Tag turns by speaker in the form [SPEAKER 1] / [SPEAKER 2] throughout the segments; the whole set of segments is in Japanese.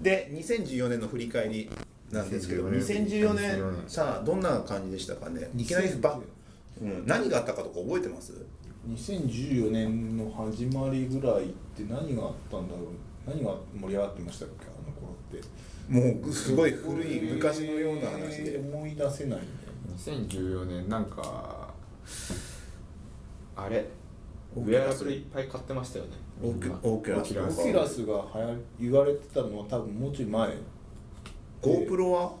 [SPEAKER 1] で2014年の振り返りなんですけど2014
[SPEAKER 2] 2014
[SPEAKER 1] 年
[SPEAKER 2] 年
[SPEAKER 1] さあどんな感じでしたかねいきなりば、うん、何があったかとか覚えてます
[SPEAKER 3] 2014年の始まりぐらいって何があったんだろう何が盛り上がってましたっけあの頃って
[SPEAKER 1] もうすごい古い昔のような話
[SPEAKER 3] えー
[SPEAKER 1] で
[SPEAKER 3] 思い出せないね
[SPEAKER 2] 2014年なんかあれウェアラブルいっぱい買ってましたよね
[SPEAKER 1] オキオキュラス
[SPEAKER 2] オ
[SPEAKER 1] と
[SPEAKER 3] オ
[SPEAKER 1] か
[SPEAKER 3] キュラスが流行言われてたのは多分もうちょい前
[SPEAKER 1] GoPro は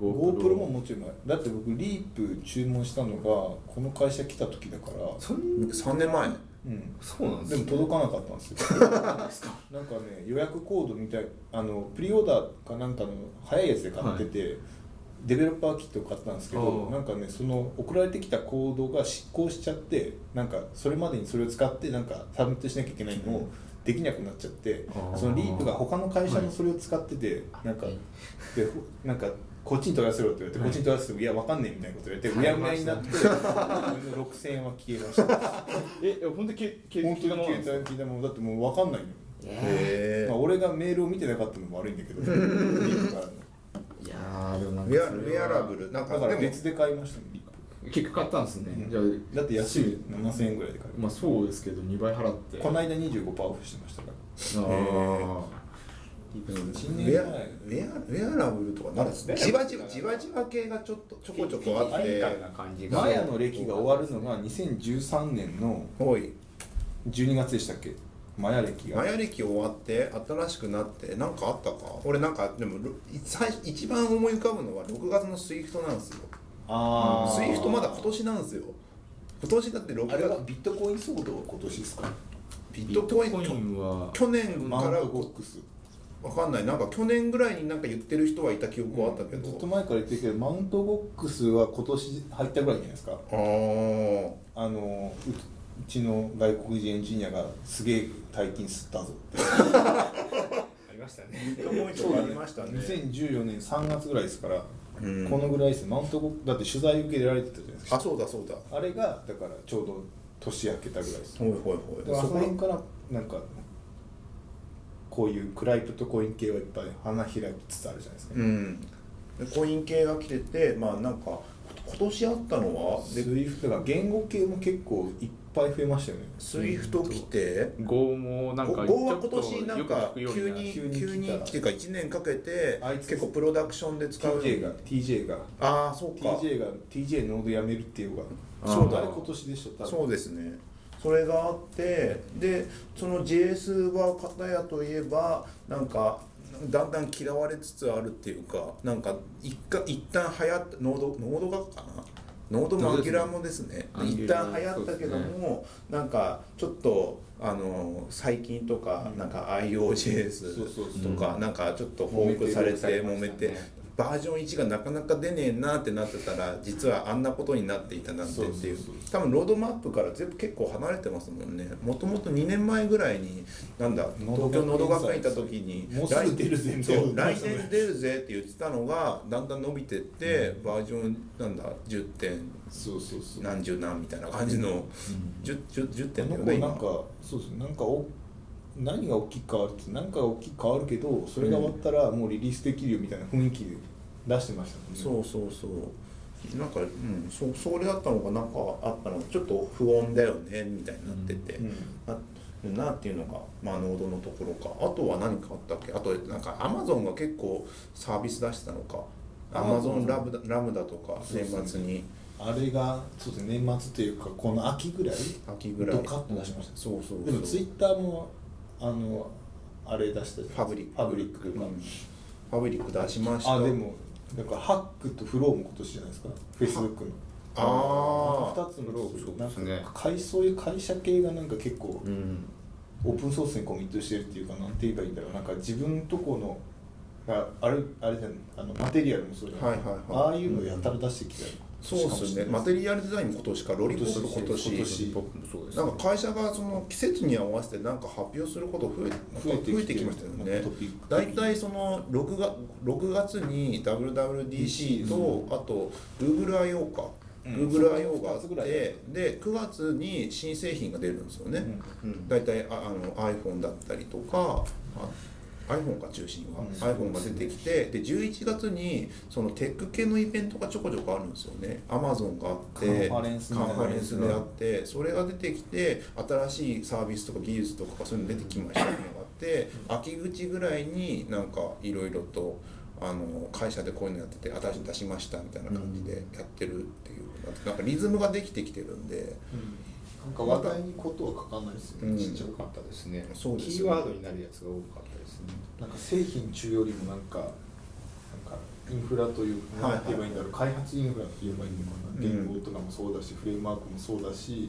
[SPEAKER 3] GoPro ももうちょい前だって僕リープ注文したのがこの会社来た時だから
[SPEAKER 2] そん
[SPEAKER 1] 3年前
[SPEAKER 3] うん
[SPEAKER 2] そうなんで
[SPEAKER 3] ですも
[SPEAKER 2] ね
[SPEAKER 3] 届かなかったんですよ なんかね予約コードみたいあのプリオーダーかなんかの早いやつで買ってて、デベロッパーキットを買ったんですけど
[SPEAKER 2] ああ
[SPEAKER 3] なんかねその送られてきたコードが失効しちゃってなんかそれまでにそれを使ってなんかサブミットしなきゃいけないのをできなくなっちゃって
[SPEAKER 2] ああ
[SPEAKER 3] そのリープが他の会社のそれを使ってて、なんか
[SPEAKER 2] はい
[SPEAKER 3] でほなんかこっちに取らせろって言われて、
[SPEAKER 2] はい
[SPEAKER 3] こっちに取らせていやわかんねえみたいなこと言われてうやうやになって6000円は消えました
[SPEAKER 2] え本当にけけ
[SPEAKER 3] 本当
[SPEAKER 2] 聞い
[SPEAKER 3] に
[SPEAKER 2] たままなんですか
[SPEAKER 3] 携帯聞いたものだってもう分かんないのよ、
[SPEAKER 2] え
[SPEAKER 1] へ
[SPEAKER 3] まあ、
[SPEAKER 1] え
[SPEAKER 3] 俺がメールを見てなかったのも悪いんだけ どリップからの
[SPEAKER 2] ーいやーでもなん
[SPEAKER 1] ウ
[SPEAKER 2] かそれ
[SPEAKER 1] ェア
[SPEAKER 2] は
[SPEAKER 1] ウェアラブルなんか
[SPEAKER 3] だから
[SPEAKER 1] で
[SPEAKER 3] 別で買いましたもんリップ
[SPEAKER 2] 結局買ったんですね、
[SPEAKER 3] うん
[SPEAKER 2] じゃあ
[SPEAKER 3] だって安い7000円ぐらいで買いま
[SPEAKER 2] まあそうですけど2倍払って
[SPEAKER 3] したこの間25%オフしてましたから
[SPEAKER 2] あー
[SPEAKER 1] も
[SPEAKER 3] 1年
[SPEAKER 1] ウェア
[SPEAKER 3] 前
[SPEAKER 1] ウェアウェアラブルとかなんか
[SPEAKER 2] そうですね
[SPEAKER 1] じわじわじわじわ系がちょっとちょこちょこあっ
[SPEAKER 2] ピリ
[SPEAKER 1] て
[SPEAKER 2] カルな感じが
[SPEAKER 3] マヤの歴が終わるのが2013年の
[SPEAKER 1] おい
[SPEAKER 3] 12月でしたっけマヤ歴が
[SPEAKER 1] マヤ歴終わって新しくなって何かあったか俺なんかでもろい最初一番思い浮かぶのは6月のスイフトなんですよ
[SPEAKER 3] あ
[SPEAKER 1] スイフトまだ今年なんですよ今年だって6
[SPEAKER 3] あれは
[SPEAKER 1] 月
[SPEAKER 3] ビットコイン騒動は今年ですか
[SPEAKER 1] ビ
[SPEAKER 2] ビ
[SPEAKER 1] ッ
[SPEAKER 2] ッ
[SPEAKER 1] ト
[SPEAKER 2] ト
[SPEAKER 1] コ
[SPEAKER 2] コ
[SPEAKER 1] イン
[SPEAKER 2] インは
[SPEAKER 1] 去年
[SPEAKER 3] マ
[SPEAKER 1] か
[SPEAKER 3] ウン
[SPEAKER 1] ら
[SPEAKER 3] トボックス
[SPEAKER 1] わかんないなんか去年ぐらいになんか言ってる人はいた記憶はあったけど、
[SPEAKER 3] ずっと前から言ってるけどマウントボックスは今年入ったぐらいじゃないですか
[SPEAKER 1] あー
[SPEAKER 3] あのううちの外国人エンジニアがすげえ大金吸ったぞって
[SPEAKER 2] ありましたね
[SPEAKER 1] 思いとかありましたね
[SPEAKER 3] 2014年3月ぐらいですから、
[SPEAKER 1] うん
[SPEAKER 3] このぐらいですマウントボックだって取材受けられてたじゃないです
[SPEAKER 1] あ
[SPEAKER 3] か
[SPEAKER 1] そうだそうだ
[SPEAKER 3] あれがだからちょうど年明けたぐらいです
[SPEAKER 1] ほいほい
[SPEAKER 3] で
[SPEAKER 1] ほいそ
[SPEAKER 3] そこ
[SPEAKER 1] こ
[SPEAKER 3] ら辺からなんかこういう暗いプットコイン系はいっぱい花開きつつあるじゃないですか、
[SPEAKER 1] うんでコイン系が来ててまあなんか今年あったのは
[SPEAKER 3] ス
[SPEAKER 1] で
[SPEAKER 3] イフトが言語系も結構いっぱい増えましたよね
[SPEAKER 1] スイフト来て、
[SPEAKER 2] ゴーもなんか
[SPEAKER 1] ゴーは今
[SPEAKER 2] ちょっと
[SPEAKER 1] 年なん
[SPEAKER 2] よく聞
[SPEAKER 1] か
[SPEAKER 2] くよう
[SPEAKER 1] 急
[SPEAKER 2] な
[SPEAKER 1] に
[SPEAKER 3] 急
[SPEAKER 1] 急
[SPEAKER 3] に
[SPEAKER 1] に急にっ
[SPEAKER 3] 来た
[SPEAKER 1] ていうか1年かけて
[SPEAKER 3] あいつ
[SPEAKER 1] 結構プロダクションで使う
[SPEAKER 3] TJ が TJ が
[SPEAKER 1] ああそうか
[SPEAKER 3] TJ が TJ ノードやめるっていうのが
[SPEAKER 2] あー
[SPEAKER 3] そうだあれ今年でしょ多分
[SPEAKER 1] そうですねそれがあってでその JS は片やといえばなんかだんだん嫌われつつあるっていうかなんか一回一旦流行ったノードノードがかなノードもアキュラもですね
[SPEAKER 2] ノードです
[SPEAKER 1] 一
[SPEAKER 2] ね
[SPEAKER 1] 旦流行ったけど
[SPEAKER 2] アンギュ
[SPEAKER 1] も、なんかちょっとあの最近とか、
[SPEAKER 3] うん
[SPEAKER 1] なんか IOJS
[SPEAKER 3] そうそうそう
[SPEAKER 1] とか、なんかちょっと報復されて揉めて
[SPEAKER 2] 揉めて
[SPEAKER 1] バージョン1がなかなか出ねえなってなってたら実はあんなことになっていたなんてっていう
[SPEAKER 3] そうそう
[SPEAKER 1] 多分ロードマップから全部結構離れてますもんねもともと2年前ぐらいになんだ東京のど学園行った時に
[SPEAKER 3] もうすぐ出るぜみ
[SPEAKER 1] そ
[SPEAKER 3] たいな
[SPEAKER 1] う来年出るぜって言ってたのがだんだん伸びてってバージョンなんだ10点
[SPEAKER 3] そうそうそう
[SPEAKER 1] 何十何みたいな感じの10 10 10
[SPEAKER 3] あ
[SPEAKER 1] 点だよ
[SPEAKER 3] の子
[SPEAKER 1] ね
[SPEAKER 3] なん
[SPEAKER 1] 今
[SPEAKER 3] かそうですねなんかお何が大きく変わるって何かが大きく変わるけどそれが終わったらもうリリースできるよみたいな雰囲気で出してましたもんね
[SPEAKER 1] そうそうそうなんかうんそそれだったのかなんかあったのちょっと不穏だよねみたいになってて、
[SPEAKER 3] うん
[SPEAKER 1] なるなっていうのが、まあ、ノードのところかあとは何かあったっけあとなんかアマゾンが結構サービス出してたのかアマゾン
[SPEAKER 3] Amazon
[SPEAKER 1] ラムダラムダとか
[SPEAKER 3] そう
[SPEAKER 1] 年
[SPEAKER 3] そう
[SPEAKER 1] 末に
[SPEAKER 3] あれがそうですね年末というかこの秋ぐらい
[SPEAKER 1] 秋ぐらい
[SPEAKER 3] ドカッと出しました
[SPEAKER 1] そうそうそう
[SPEAKER 3] でもツイッターもあのあれ出したじゃん
[SPEAKER 1] ファブリック
[SPEAKER 3] ファブリックとか、
[SPEAKER 1] うんファブリック出しました
[SPEAKER 3] あでもなんかハックとフローも今年じゃないですかフェイスブックの
[SPEAKER 1] あー
[SPEAKER 3] 2つのロー
[SPEAKER 2] そうですね
[SPEAKER 3] なんか会そういう会社系がなんか結構
[SPEAKER 2] うん
[SPEAKER 3] オープンソースにコミットしてるっていうかなんて言えばいいんだろうなんか自分とこのああれあれじゃんあのマテリアルもそうじゃない
[SPEAKER 1] はいはいはい
[SPEAKER 3] ああいうのやたら出してきたり
[SPEAKER 1] そうですねマテリアルデザインも今年かロリポップも今年
[SPEAKER 3] 今年
[SPEAKER 2] 僕もそうです
[SPEAKER 1] なんか会社がその季節に合わせてなんか発表すること増え
[SPEAKER 3] 増えてきてる
[SPEAKER 1] 増えてきましたよね
[SPEAKER 3] トピック。的
[SPEAKER 1] 大
[SPEAKER 3] に
[SPEAKER 1] 体その6月 ,6 月に WWDC とあと GoogleIO か
[SPEAKER 3] うん
[SPEAKER 1] GoogleIO があっ
[SPEAKER 3] その二つぐらい
[SPEAKER 1] てで9月に新製品が出るんですよね。大体ああの iPhone だったりとかあ iPhone が中心は、
[SPEAKER 4] うん
[SPEAKER 1] iPhone が出てきてで11月にそのテック系のイベントがちょこちょこあるんですよね Amazon があって
[SPEAKER 4] カンファレンスみ
[SPEAKER 1] カ
[SPEAKER 4] たい
[SPEAKER 1] ン
[SPEAKER 4] な
[SPEAKER 1] ファレンスであってそれが出てきて新しいサービスとか技術とかそういうの出てきましたっていうのがあって秋口ぐらいになんかいろいろとあの会社でこういうのやってて新しいの出しましたみたいな感じでやってるっていうなんかリズムができてきてるんで。
[SPEAKER 3] なんか話題にことは書かないですよね、
[SPEAKER 1] うん
[SPEAKER 3] ちっちゃかったですね
[SPEAKER 1] そうですよね
[SPEAKER 2] キーワードになるやつが多かったですね
[SPEAKER 3] なんか製品中よりもなんかなんかインフラというか
[SPEAKER 1] はい
[SPEAKER 3] なんて言えばいいんだろう、開発インフラって言えばいいのかな
[SPEAKER 1] うん
[SPEAKER 3] 言語とかもそうだし、フレームワークもそうだし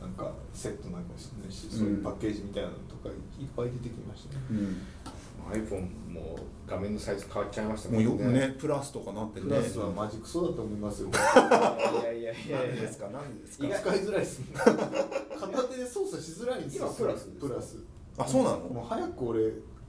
[SPEAKER 3] なんかセットなんかもしれないし、そういうパッケージみたいなのとかいっぱい出てきましたね、
[SPEAKER 1] うん、
[SPEAKER 2] iPhone も画面のサイズ変わっちゃいました
[SPEAKER 1] もうよくねプラスとかなってね
[SPEAKER 3] プラスはマジクソだと思いますよ
[SPEAKER 2] いやいやいやいや
[SPEAKER 1] 何ですか何です
[SPEAKER 3] 使
[SPEAKER 1] か
[SPEAKER 3] いづらいですね片手で操作しづらいんですよ
[SPEAKER 2] 今プラスですか
[SPEAKER 3] プラス
[SPEAKER 1] あそうな
[SPEAKER 3] もう
[SPEAKER 1] の
[SPEAKER 3] 早く俺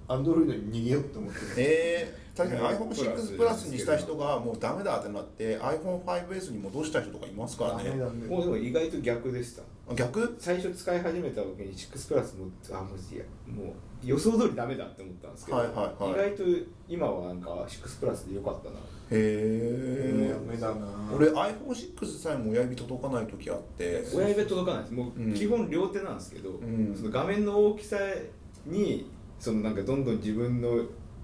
[SPEAKER 3] アンドロイドに逃げようと思って
[SPEAKER 1] えー、確かに
[SPEAKER 2] プラス
[SPEAKER 1] iPhone6 プラスにした人がもうダメだってなって iPhone5S に戻した人とかいますから
[SPEAKER 3] ダメ
[SPEAKER 1] ね
[SPEAKER 3] だね
[SPEAKER 2] もうでも意外と逆でした
[SPEAKER 1] あ逆
[SPEAKER 2] 最初使い始めた時に6プラスもあもういやもう予想通りダメだって思ったんですけど、
[SPEAKER 1] はいはいはい
[SPEAKER 2] 意外と今はなんか6プラスで良かったな
[SPEAKER 1] へえ
[SPEAKER 3] ダメだな
[SPEAKER 1] 俺 iPhone6 さえも親指届かない時あって
[SPEAKER 2] 親指は届かないですも
[SPEAKER 1] うん
[SPEAKER 2] う基本両手なんですけど、
[SPEAKER 1] うん
[SPEAKER 2] その画面の大きさにそのなんかどんどん自分の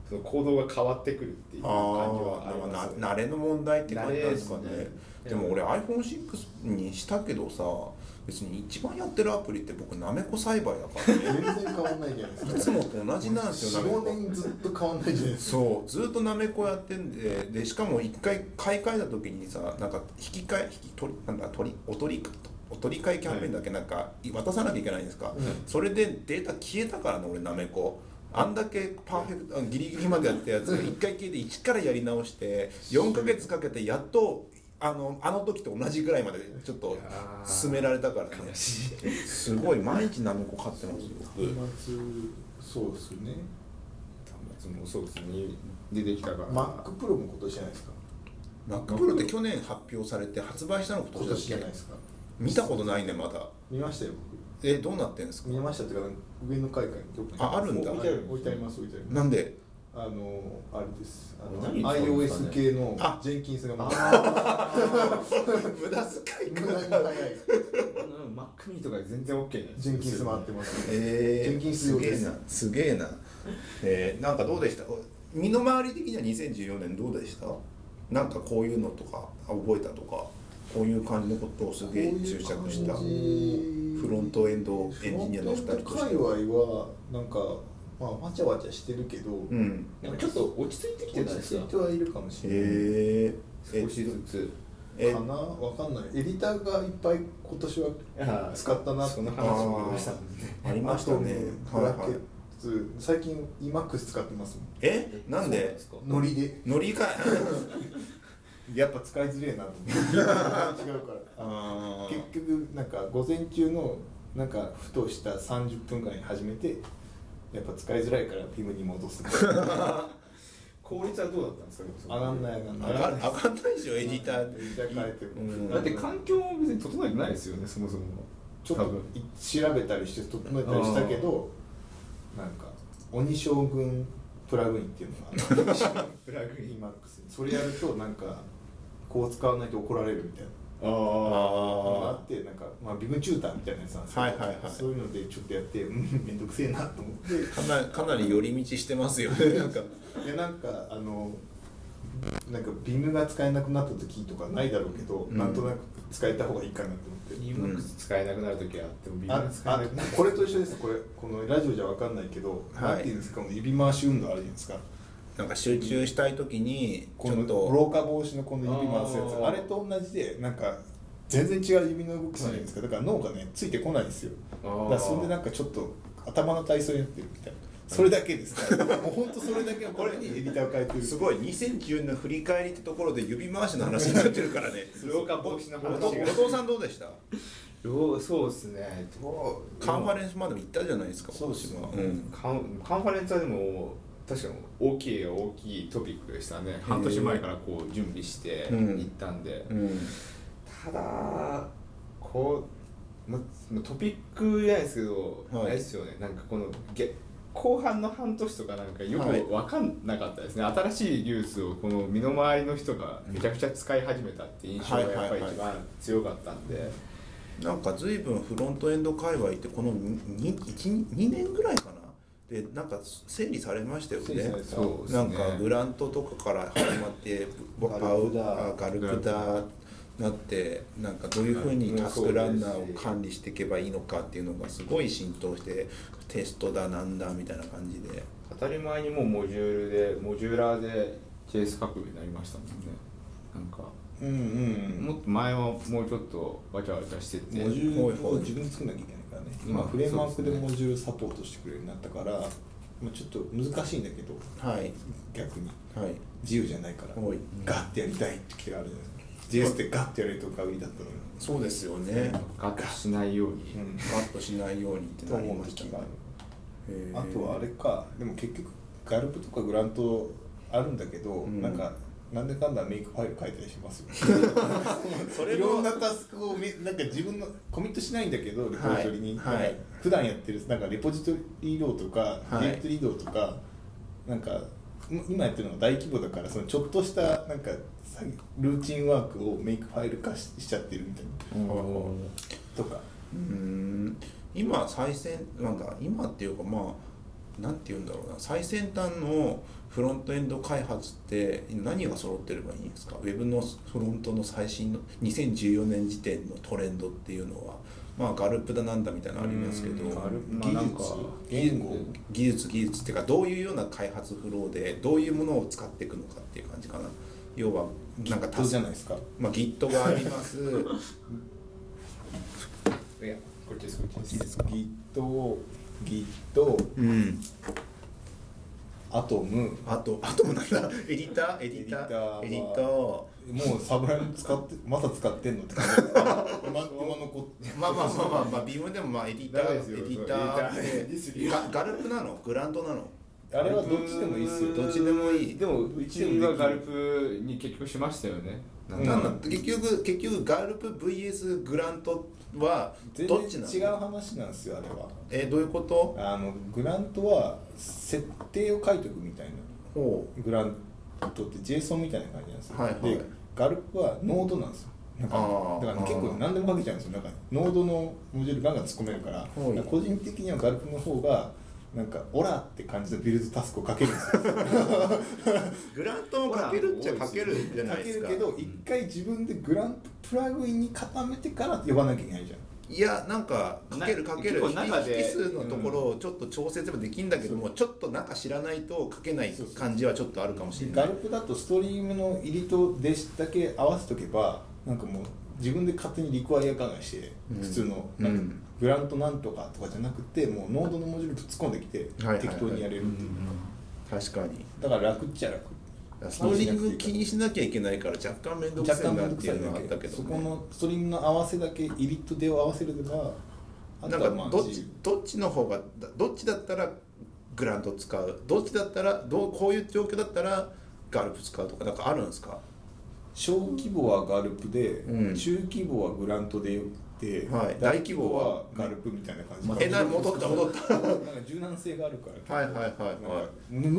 [SPEAKER 2] その行動が変わってくるっていう
[SPEAKER 1] あ
[SPEAKER 2] 感じは
[SPEAKER 1] あ
[SPEAKER 2] ありますよね
[SPEAKER 1] な慣れの問題って感じなんですか
[SPEAKER 2] 慣
[SPEAKER 1] ね
[SPEAKER 2] れですね
[SPEAKER 1] でも俺 iPhone6 にしたけどさ別に一番やってるアプリって僕なめこ栽培だからね
[SPEAKER 3] 全然変わんないじゃないですか
[SPEAKER 1] いつもと同じなんですよなめこ
[SPEAKER 3] 45年ずっと変わんないじゃないですか
[SPEAKER 1] そうずっとなめこやってんででしかも一回買い替えた時にさなんか引き換え引き取りなんだ取りお取りかお取り替えキャンペーンだけなんか渡さなきゃいけないんですか、それでデータ消えたからね俺なめこあんだけパーフェクトあギリギリまでやったやつが一回消えて一からやり直して4ヶ月かけてやっとあのあの時と同じぐらいまでちょっと
[SPEAKER 2] あー
[SPEAKER 1] 進められたからね
[SPEAKER 2] 悲しい
[SPEAKER 1] すごい毎日なめこ買ってますよ
[SPEAKER 3] 年末そうですよね
[SPEAKER 2] 端末もそうですね出てきたから
[SPEAKER 3] MacPro も今年じゃないですか
[SPEAKER 1] MacPro って去年発表されて発売したの今年
[SPEAKER 3] 今
[SPEAKER 1] だっ
[SPEAKER 3] 年じゃ
[SPEAKER 1] け
[SPEAKER 3] ないですか
[SPEAKER 1] 見たことないねまだ
[SPEAKER 3] 見ましたよ
[SPEAKER 1] えどうなってんですか
[SPEAKER 3] 僕見ましたっていうか上の階かにどっかに
[SPEAKER 1] ああるんだ
[SPEAKER 3] 置いてある置いてあります置いてあります
[SPEAKER 1] なんで
[SPEAKER 3] あのあれですあの
[SPEAKER 2] 何に使うんですか
[SPEAKER 3] iOS
[SPEAKER 2] ね
[SPEAKER 3] 系の
[SPEAKER 1] あ
[SPEAKER 3] ジェンキンスがもう
[SPEAKER 1] 無駄遣
[SPEAKER 3] 無駄に早い
[SPEAKER 2] うんマックミーとか全然 OK なんです
[SPEAKER 3] ジ
[SPEAKER 2] よ
[SPEAKER 3] ェンキンス回ってますね
[SPEAKER 1] え
[SPEAKER 3] 転勤す
[SPEAKER 1] す
[SPEAKER 3] る
[SPEAKER 1] げえなすげえなえー、なんかどうでした身の回り的には2014年どうでしたなんかこういうのとかあ覚えたとかこういう感じのことをすげえ注着した
[SPEAKER 3] こういう感
[SPEAKER 1] フ
[SPEAKER 3] じ
[SPEAKER 1] ロントエンドエンジニアの2人
[SPEAKER 3] フ
[SPEAKER 1] とし
[SPEAKER 3] ロントエ
[SPEAKER 1] て
[SPEAKER 3] ンド
[SPEAKER 1] は
[SPEAKER 3] 界隈はなんかまあわちゃわちゃしてるけど、
[SPEAKER 1] うん
[SPEAKER 2] なんかちょっと落ち着いてきてない
[SPEAKER 3] 落
[SPEAKER 2] で
[SPEAKER 3] ち
[SPEAKER 2] す
[SPEAKER 3] 着
[SPEAKER 2] か
[SPEAKER 3] いてはいるかもしれない、
[SPEAKER 1] えー、え
[SPEAKER 2] 少しずつ
[SPEAKER 1] え
[SPEAKER 3] かなわかんないエディターがいっぱい今年は使ったな
[SPEAKER 2] そんな話もありましたもんね
[SPEAKER 1] ありましたね
[SPEAKER 3] あと
[SPEAKER 1] はい
[SPEAKER 3] ブラ
[SPEAKER 1] は
[SPEAKER 3] ケ
[SPEAKER 1] い
[SPEAKER 3] ッツ最近 EMAX 使ってますもん
[SPEAKER 1] えなんで
[SPEAKER 2] そう
[SPEAKER 3] ノリで
[SPEAKER 1] ノリかい
[SPEAKER 3] やっぱ使いづれえなと思って 違うから
[SPEAKER 1] あー
[SPEAKER 3] 結局なんか午前中のなんかふとした30分間に始めてやっぱ使いづらいからピムに戻す
[SPEAKER 2] 効率はどうだったんですか
[SPEAKER 3] 上がんない上がんない
[SPEAKER 1] 上が上がんないでしょエディター
[SPEAKER 3] エディター変えて
[SPEAKER 1] う
[SPEAKER 3] も
[SPEAKER 1] ん
[SPEAKER 2] だって環境も別に整えてないですよねそもそも
[SPEAKER 3] ちょっ
[SPEAKER 2] 多
[SPEAKER 3] と
[SPEAKER 2] 分
[SPEAKER 3] い調べたりして整えたりしたけどなんか鬼将軍プラグインっていうのが あるプラグインマックスにそれやるとなんかこう使わないと怒られるみたいなのがあ
[SPEAKER 1] あ
[SPEAKER 3] ってなんか、まあ、ビムチューターみたいなやつなんですけど、
[SPEAKER 1] はいはいはい
[SPEAKER 3] そういうのでちょっとやってうんめんどくせえなと思っ
[SPEAKER 1] あかなかなり寄り道してますよ ねなんか
[SPEAKER 3] てでなんかあのなんかビムが使えなくなった時とかないだろうけど、
[SPEAKER 1] うん
[SPEAKER 3] なんとなく使えた方がいいかなと思って。
[SPEAKER 2] EMAX 使えなくなるときはあっても微妙
[SPEAKER 3] あ
[SPEAKER 2] に使え
[SPEAKER 3] あ
[SPEAKER 2] なくなる
[SPEAKER 3] これと一緒ですこれこのラジオじゃわかんないけど、
[SPEAKER 1] はい
[SPEAKER 3] なんていうんですかこの指回し運動あるじゃないですか
[SPEAKER 1] なんか集中したい時にち
[SPEAKER 3] こ
[SPEAKER 1] ょ
[SPEAKER 3] の
[SPEAKER 1] っと
[SPEAKER 3] 老化防止のこの指回すやつ
[SPEAKER 2] あー
[SPEAKER 3] あれと同じでなんか全然違う指の動きするじゃないですか、だから脳がねついてこないんですよ
[SPEAKER 2] あ
[SPEAKER 3] だ
[SPEAKER 2] ー
[SPEAKER 3] からそれでなんかちょっと頭の体操やってるみたいなそれだけですからもうほんとそれだけこれにエディターを変えてる
[SPEAKER 1] すごい2014年振り返りってところで指回しの話になってるから ね
[SPEAKER 2] 老化防止の話
[SPEAKER 1] お父お父さんどうでした
[SPEAKER 2] ようそうですねどう
[SPEAKER 1] カンファレンスまでも行ったじゃないですか
[SPEAKER 3] そうですね
[SPEAKER 1] 今年はうん
[SPEAKER 2] カンカンファレンスはでも確かに大きい大きいトピックでしたね半年前からこう準備して
[SPEAKER 1] うん
[SPEAKER 2] 行ったんで、
[SPEAKER 1] うん
[SPEAKER 2] ただこう、ま、トピックじゃないですけど、
[SPEAKER 1] はい
[SPEAKER 2] あれですよねなんかこのげ後半の半年とかなんかよく分かんなかったですね、新しい技術をこの身の回りの人がめちゃくちゃ使い始めたって印象がやっぱり一番強かったんで、
[SPEAKER 1] なんか随分フロントエンド界隈ってこの2 2年ぐらいかなでなんか整理されましたよ
[SPEAKER 3] 整理さ
[SPEAKER 1] ね
[SPEAKER 3] れた
[SPEAKER 2] そうですね
[SPEAKER 1] なんかグラントとかから始まってボ
[SPEAKER 3] ガルクダ
[SPEAKER 1] パウダーガルクダーなってなんかどういうふうにタスクランナーを管理していけばいいのかっていうのがすごい浸透してテストだなんだみたいな感じで
[SPEAKER 2] 当たり前にもうモジュールでモジューラーで JS 書くようになりましたもんねなんか
[SPEAKER 3] うんうんうん
[SPEAKER 2] もっと前はもうちょっとわちゃわちゃしてて
[SPEAKER 3] モジュールを自分で作んなきゃいけないからね今
[SPEAKER 2] うん
[SPEAKER 3] フレームワークで
[SPEAKER 2] そうですね
[SPEAKER 3] モジュールサポートしてくれるようになったから、まあ、ちょっと難しいんだけど
[SPEAKER 1] はい
[SPEAKER 3] 逆に
[SPEAKER 1] はい
[SPEAKER 3] 自由じゃないから
[SPEAKER 1] おい
[SPEAKER 3] ガッてやりたいって気があるじゃないですか JS ってガッてやれるとか売りだったのに
[SPEAKER 1] そうですよね
[SPEAKER 2] ガッとしないように、
[SPEAKER 3] うん
[SPEAKER 1] カットしないようにって
[SPEAKER 3] と
[SPEAKER 1] なり
[SPEAKER 3] 思う
[SPEAKER 1] ま
[SPEAKER 3] ん
[SPEAKER 1] した
[SPEAKER 3] だから
[SPEAKER 1] へー
[SPEAKER 3] あとはあれかでも結局ガルプとかグラントあるんだけど、
[SPEAKER 1] うん
[SPEAKER 3] なんかなんでかんだメイクファイル書いたりしますよ
[SPEAKER 1] それも
[SPEAKER 3] いろんなタスクをめなんか自分のコミットしないんだけどレポジトリに、
[SPEAKER 1] はいはい
[SPEAKER 3] 普段やってるなんかレポジトリ移動とか
[SPEAKER 1] はい
[SPEAKER 3] ディレクトリ移動とかなんか今今やってるのが大規模だからそのちょっとしたなんかさルーチンワークをメイクファイル化ししちゃってるみたいな
[SPEAKER 1] うん
[SPEAKER 3] とか
[SPEAKER 1] うーん今最先なんだ今っていうかまあなんて言うんだろうな最先端のフロントエンド開発って何が揃ってればいいんですかウェブのフロントの最新の2014年時点のトレンドっていうのはまあガルプだなんだみたいなのありますけど
[SPEAKER 2] うんガルプまあな
[SPEAKER 3] 技
[SPEAKER 2] ん
[SPEAKER 3] 術
[SPEAKER 2] か
[SPEAKER 3] 言語
[SPEAKER 1] 技術技術っていうかどういうような開発フローでどういうものを使っていくのかっていう感じかな要はなんか
[SPEAKER 3] どうじゃない
[SPEAKER 1] い、
[SPEAKER 3] ですか
[SPEAKER 1] まあ、Git があります
[SPEAKER 2] いやこっちですこっち
[SPEAKER 1] いいですか
[SPEAKER 3] Git を Git
[SPEAKER 1] うん
[SPEAKER 3] アトム
[SPEAKER 1] あと、あともなんだ、エディター、エディタ
[SPEAKER 3] エディターは
[SPEAKER 1] ー、エディター。
[SPEAKER 3] もうサブライム使ってまだ使ってんのって感じ だから今今残って
[SPEAKER 1] まあまあまあまあ、まあ、ビームでもまあエディタ
[SPEAKER 2] ダ
[SPEAKER 1] ー、
[SPEAKER 2] メ
[SPEAKER 1] エ
[SPEAKER 2] ですよ
[SPEAKER 1] ディター
[SPEAKER 2] エディターディス
[SPEAKER 1] で
[SPEAKER 2] リ
[SPEAKER 1] ガガルプなのグランドなの
[SPEAKER 3] あれはどっちでもいいっすよ
[SPEAKER 1] どっちでもいい
[SPEAKER 2] でもうちはガルプに結局しましたよねな
[SPEAKER 3] うん
[SPEAKER 1] なんなん結局、結局ガルプ VS グラントは
[SPEAKER 3] 全
[SPEAKER 1] どっちな
[SPEAKER 3] 然違う
[SPEAKER 1] の
[SPEAKER 3] 話なんですよあれは
[SPEAKER 1] えどういうこと
[SPEAKER 3] あのグラントは設定を書いとくみたいな
[SPEAKER 1] ほ
[SPEAKER 3] グラントって JSON みたいな感じなんですよ、
[SPEAKER 1] はいはい
[SPEAKER 3] でガルプはノードなんですよなんか
[SPEAKER 1] あー
[SPEAKER 3] だから結構何でも書けちゃうんですよなんかノードのモジュールガンガン突っ込めるから
[SPEAKER 1] ほい
[SPEAKER 3] なんか個人的にはガルプの方がなんかオラって感じのビルドタスクを書けるんですよ
[SPEAKER 1] うグラントもかけるっちゃかけるじゃ
[SPEAKER 3] か
[SPEAKER 1] ないで
[SPEAKER 3] け
[SPEAKER 1] す
[SPEAKER 3] る
[SPEAKER 1] か
[SPEAKER 3] けど一回自分でグランププラグインに固めてから呼ばなきゃいけないじゃん
[SPEAKER 1] いやなんかかける
[SPEAKER 2] な
[SPEAKER 1] かける
[SPEAKER 2] 結構中で
[SPEAKER 1] 引数のところをちょっと調節もできんだけども、ちょっと中知らないとかけない感じはちょっとあるかもしれな
[SPEAKER 3] ガ
[SPEAKER 1] い
[SPEAKER 3] ルプだとストリームの入りと弟子だけ合わせとけばなんかもう自分で勝手にリクワイア考えして、
[SPEAKER 1] うん
[SPEAKER 3] 普通の
[SPEAKER 1] うん
[SPEAKER 3] なんかグラントなんとかとかじゃなくてもうノードのモジュールぶっ突っ込んできて
[SPEAKER 1] はいはいはい
[SPEAKER 3] 適当にやれるっていう、
[SPEAKER 1] 確かに
[SPEAKER 3] だから楽っちゃ楽
[SPEAKER 1] ストリーム気にしなきゃいけないから若干面倒く
[SPEAKER 3] 若
[SPEAKER 1] さい
[SPEAKER 3] 干
[SPEAKER 1] な
[SPEAKER 3] 面
[SPEAKER 1] っ
[SPEAKER 3] 倒く
[SPEAKER 1] てい
[SPEAKER 3] さいう
[SPEAKER 1] の
[SPEAKER 3] だ
[SPEAKER 1] はあ
[SPEAKER 3] け
[SPEAKER 1] ったけど、
[SPEAKER 3] そ
[SPEAKER 1] ね、
[SPEAKER 3] このストリームの合わせだけ入りと出を合わせればあ
[SPEAKER 1] な
[SPEAKER 3] と
[SPEAKER 1] ん
[SPEAKER 3] は
[SPEAKER 1] か
[SPEAKER 3] まあ
[SPEAKER 1] どっ
[SPEAKER 3] 自
[SPEAKER 1] ち
[SPEAKER 3] 由
[SPEAKER 1] どっちの方がだどっちだったらグラント使うどっちだったらどうこういう状況だったらガルプ使うとかなんかあるんですか
[SPEAKER 3] 小規模はガルプで、
[SPEAKER 1] うん
[SPEAKER 3] 中規模はグラントでよくて、
[SPEAKER 1] はい
[SPEAKER 3] 大規模はガルプみたいな感じ、
[SPEAKER 1] えな戻った戻っ
[SPEAKER 3] なんか柔軟性があるから、
[SPEAKER 1] はいはいはいはい
[SPEAKER 3] なんか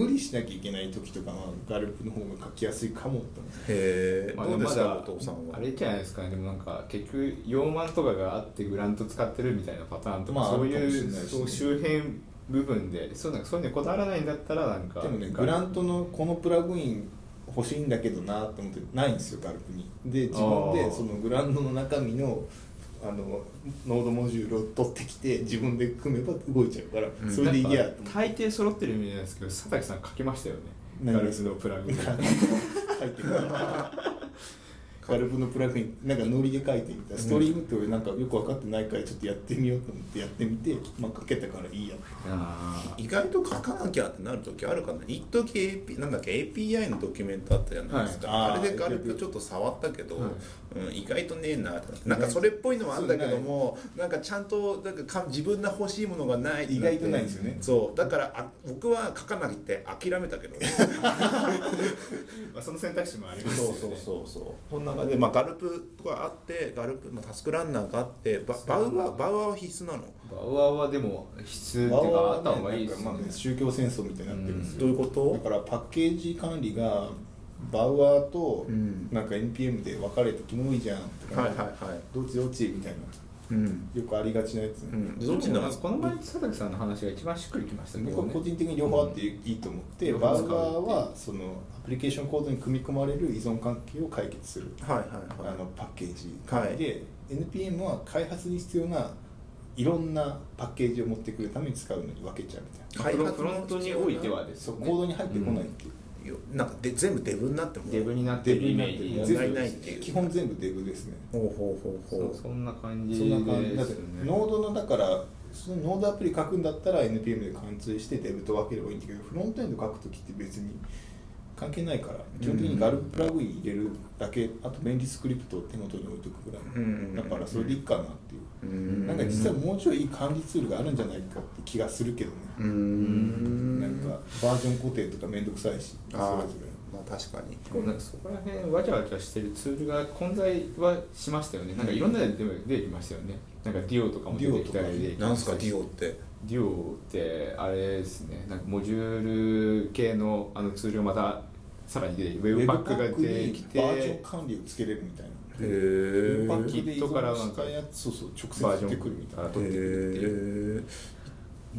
[SPEAKER 3] 無理しなきゃいけない時とかはガルプの方が書きやすいかもって思う
[SPEAKER 1] へえ、
[SPEAKER 2] まあ
[SPEAKER 1] どうですか、
[SPEAKER 2] まだ
[SPEAKER 1] お父さんは
[SPEAKER 2] あれじゃないですかねでもなんか結局洋マンとかがあってグラント使ってるみたいなパターンとか、
[SPEAKER 3] まあ
[SPEAKER 2] そう
[SPEAKER 3] あるか
[SPEAKER 2] い
[SPEAKER 3] も
[SPEAKER 2] う
[SPEAKER 3] しれないしね
[SPEAKER 2] そう周辺部分でそうなんかそういうのにこだわらないんだったらなんか
[SPEAKER 3] でもね
[SPEAKER 2] なんか
[SPEAKER 3] グラントのこのプラグイン欲しいんだけどなって思ってないんですよガルプにで自分
[SPEAKER 2] あー
[SPEAKER 3] でそのグラントの中身のあのノードモジュールを取ってきて自分で組めば動いちゃうから、
[SPEAKER 1] ん
[SPEAKER 3] それでいいや
[SPEAKER 2] なん
[SPEAKER 3] と思って
[SPEAKER 2] か大抵揃ってるみたいなんですけど佐竹さん書きましたよね
[SPEAKER 3] 何
[SPEAKER 2] ガルスのプラグイン
[SPEAKER 3] 書いてくるカルブのプラグインなんかノリで書いてみたストリームって俺なんかよく分かってないからちょっとやってみようと思ってやってみてまあ書けたからいいや
[SPEAKER 2] あ
[SPEAKER 1] 意外と書かなきゃってなる時あるかな一時 AP なんだっけ API のドキュメントあったじゃないですか、
[SPEAKER 3] はい
[SPEAKER 1] あ
[SPEAKER 3] あー
[SPEAKER 1] れで軽くちょっと触ったけど、
[SPEAKER 2] は
[SPEAKER 1] うん、意外とねえなってなってなんかそれっぽいのはあんだけどもなんかちゃんとなんかか自分の欲しいものがないってって
[SPEAKER 3] 意外とないんですよね
[SPEAKER 1] そうだからあ僕は書かなく て諦めたけどね
[SPEAKER 2] あその選択肢もありますよ
[SPEAKER 1] そう
[SPEAKER 2] ね
[SPEAKER 1] そうそうそうそんな中で、まあ、ガルプがあってガルプ、まあ、タスクランナーがあってババウアーバウアーは必須なの
[SPEAKER 2] バウアーはでも必須っていうかあった方がいいです
[SPEAKER 3] ま
[SPEAKER 2] よ
[SPEAKER 3] あね
[SPEAKER 2] ね
[SPEAKER 3] 宗教戦争みたいになってるんですよ、
[SPEAKER 1] どういうこと
[SPEAKER 3] だからパッケージ管理がバウアーと
[SPEAKER 1] うん
[SPEAKER 3] なんか NPM で分かれてキモいじゃんとか、
[SPEAKER 1] はいはいはい
[SPEAKER 3] どっちどっちみたいな
[SPEAKER 1] うん、
[SPEAKER 3] よくありがちなやつ、
[SPEAKER 1] うん、どっちになるんですか
[SPEAKER 2] この前佐々木さんの話が一番しっくりきましたけ
[SPEAKER 3] 僕
[SPEAKER 2] ど
[SPEAKER 3] は個
[SPEAKER 2] ね
[SPEAKER 3] 人的に両方あっていいと思って、
[SPEAKER 2] うん
[SPEAKER 3] バウアーはそのアプリケーションコードに組み込まれる依存関係を解決する、
[SPEAKER 1] はいはい
[SPEAKER 3] あ
[SPEAKER 1] はい
[SPEAKER 3] のパッケージ、
[SPEAKER 1] はい
[SPEAKER 3] で NPM は開発に必要ないろんなパッケージを持ってくるために使うのに分けちゃうみたいな、
[SPEAKER 1] 開発の
[SPEAKER 2] フロントにおいてはです
[SPEAKER 3] そう
[SPEAKER 2] ね
[SPEAKER 3] コードに入ってこないっていう、
[SPEAKER 1] よなんかで全部デブになっても
[SPEAKER 2] デブになって
[SPEAKER 3] デ
[SPEAKER 2] る
[SPEAKER 3] ブ
[SPEAKER 2] イ
[SPEAKER 3] に
[SPEAKER 2] メ
[SPEAKER 3] なって
[SPEAKER 2] ージ
[SPEAKER 3] る
[SPEAKER 1] 問
[SPEAKER 3] 全
[SPEAKER 1] 題
[SPEAKER 3] 部
[SPEAKER 1] ないっていう
[SPEAKER 3] 基本全部デブですね
[SPEAKER 1] ほうほうほうほ
[SPEAKER 2] そう
[SPEAKER 1] う
[SPEAKER 2] そんな感じ
[SPEAKER 3] そんな感じ
[SPEAKER 2] で
[SPEAKER 3] だっ
[SPEAKER 2] す
[SPEAKER 3] て
[SPEAKER 2] よ
[SPEAKER 3] ノー
[SPEAKER 2] ね
[SPEAKER 3] ドのだからそのノードアプリ書くんだったら NPM で貫通してデブと分ければいいんだけどフロントエンド書くときって別に関係ないから基本的にガルプラグイン入れるだけあと便利スクリプトを手元に置いとくぐらい、
[SPEAKER 1] うん
[SPEAKER 3] だからそれでいいかなってい
[SPEAKER 1] う
[SPEAKER 3] う、
[SPEAKER 1] ん
[SPEAKER 3] なんか実はもうちょいいい管理ツールがあるんじゃないかって気がするけどね、
[SPEAKER 1] うーん
[SPEAKER 3] なんかバージョン固定とかめんどくさいしそれ
[SPEAKER 1] あ
[SPEAKER 3] ぞれ
[SPEAKER 1] あまあ確かに
[SPEAKER 2] こうなんかそこら辺わちゃわちゃしてるツールが混在はしましたよねなんかいろんなの出てきましたよねなんかディオとかも出てきたり
[SPEAKER 3] ディオと
[SPEAKER 1] なんすかディ
[SPEAKER 2] オ
[SPEAKER 1] オって
[SPEAKER 2] デュオってあれですねなんかモジュール系のあのツールがまたさらに出てウェブパックが出てきて
[SPEAKER 3] ウェブパックにバージョン管理をつけれるみたいな
[SPEAKER 1] へ
[SPEAKER 3] ウェブパック
[SPEAKER 1] え
[SPEAKER 3] で依存したやつそうそう直
[SPEAKER 2] バージョ
[SPEAKER 3] 接出て
[SPEAKER 2] ン
[SPEAKER 3] くるみたいな
[SPEAKER 2] あ取ってくるっていう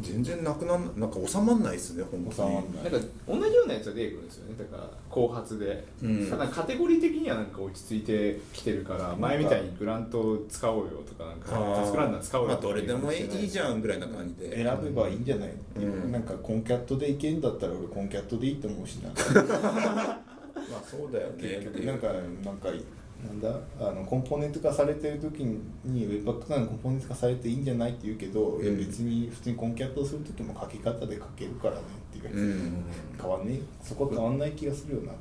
[SPEAKER 1] 全然なくなんなんか収まんないですね本当に
[SPEAKER 3] 収まん
[SPEAKER 2] なんか同じようなやつが出てくるんですよねだから後発で、
[SPEAKER 1] うん
[SPEAKER 2] ただカテゴリー的にはなんか落ち着いてきてるから前みたいにグラント使おうよとかなんか
[SPEAKER 1] あー
[SPEAKER 2] タスクランナー使おう
[SPEAKER 1] ま
[SPEAKER 2] よ
[SPEAKER 1] あ
[SPEAKER 2] とか
[SPEAKER 1] どれでもいいじ
[SPEAKER 2] ん
[SPEAKER 1] ゃんぐらいな感じで
[SPEAKER 3] 選べばいいんじゃない、
[SPEAKER 1] うん
[SPEAKER 3] なんかコンキャットでいけんだったら俺コンキャットでいいと思うしな
[SPEAKER 1] まあそうだよね
[SPEAKER 3] 結局なんかなんかなんだあのコンポーネント化されてる時にウェブパックのコンポーネント化されていいんじゃないって言うけど、いや
[SPEAKER 1] うん
[SPEAKER 3] 別に普通にコンキャットをする時も書き方で書けるからねっていう、
[SPEAKER 1] うん
[SPEAKER 3] 変わんねえそこ変わんない気がするよな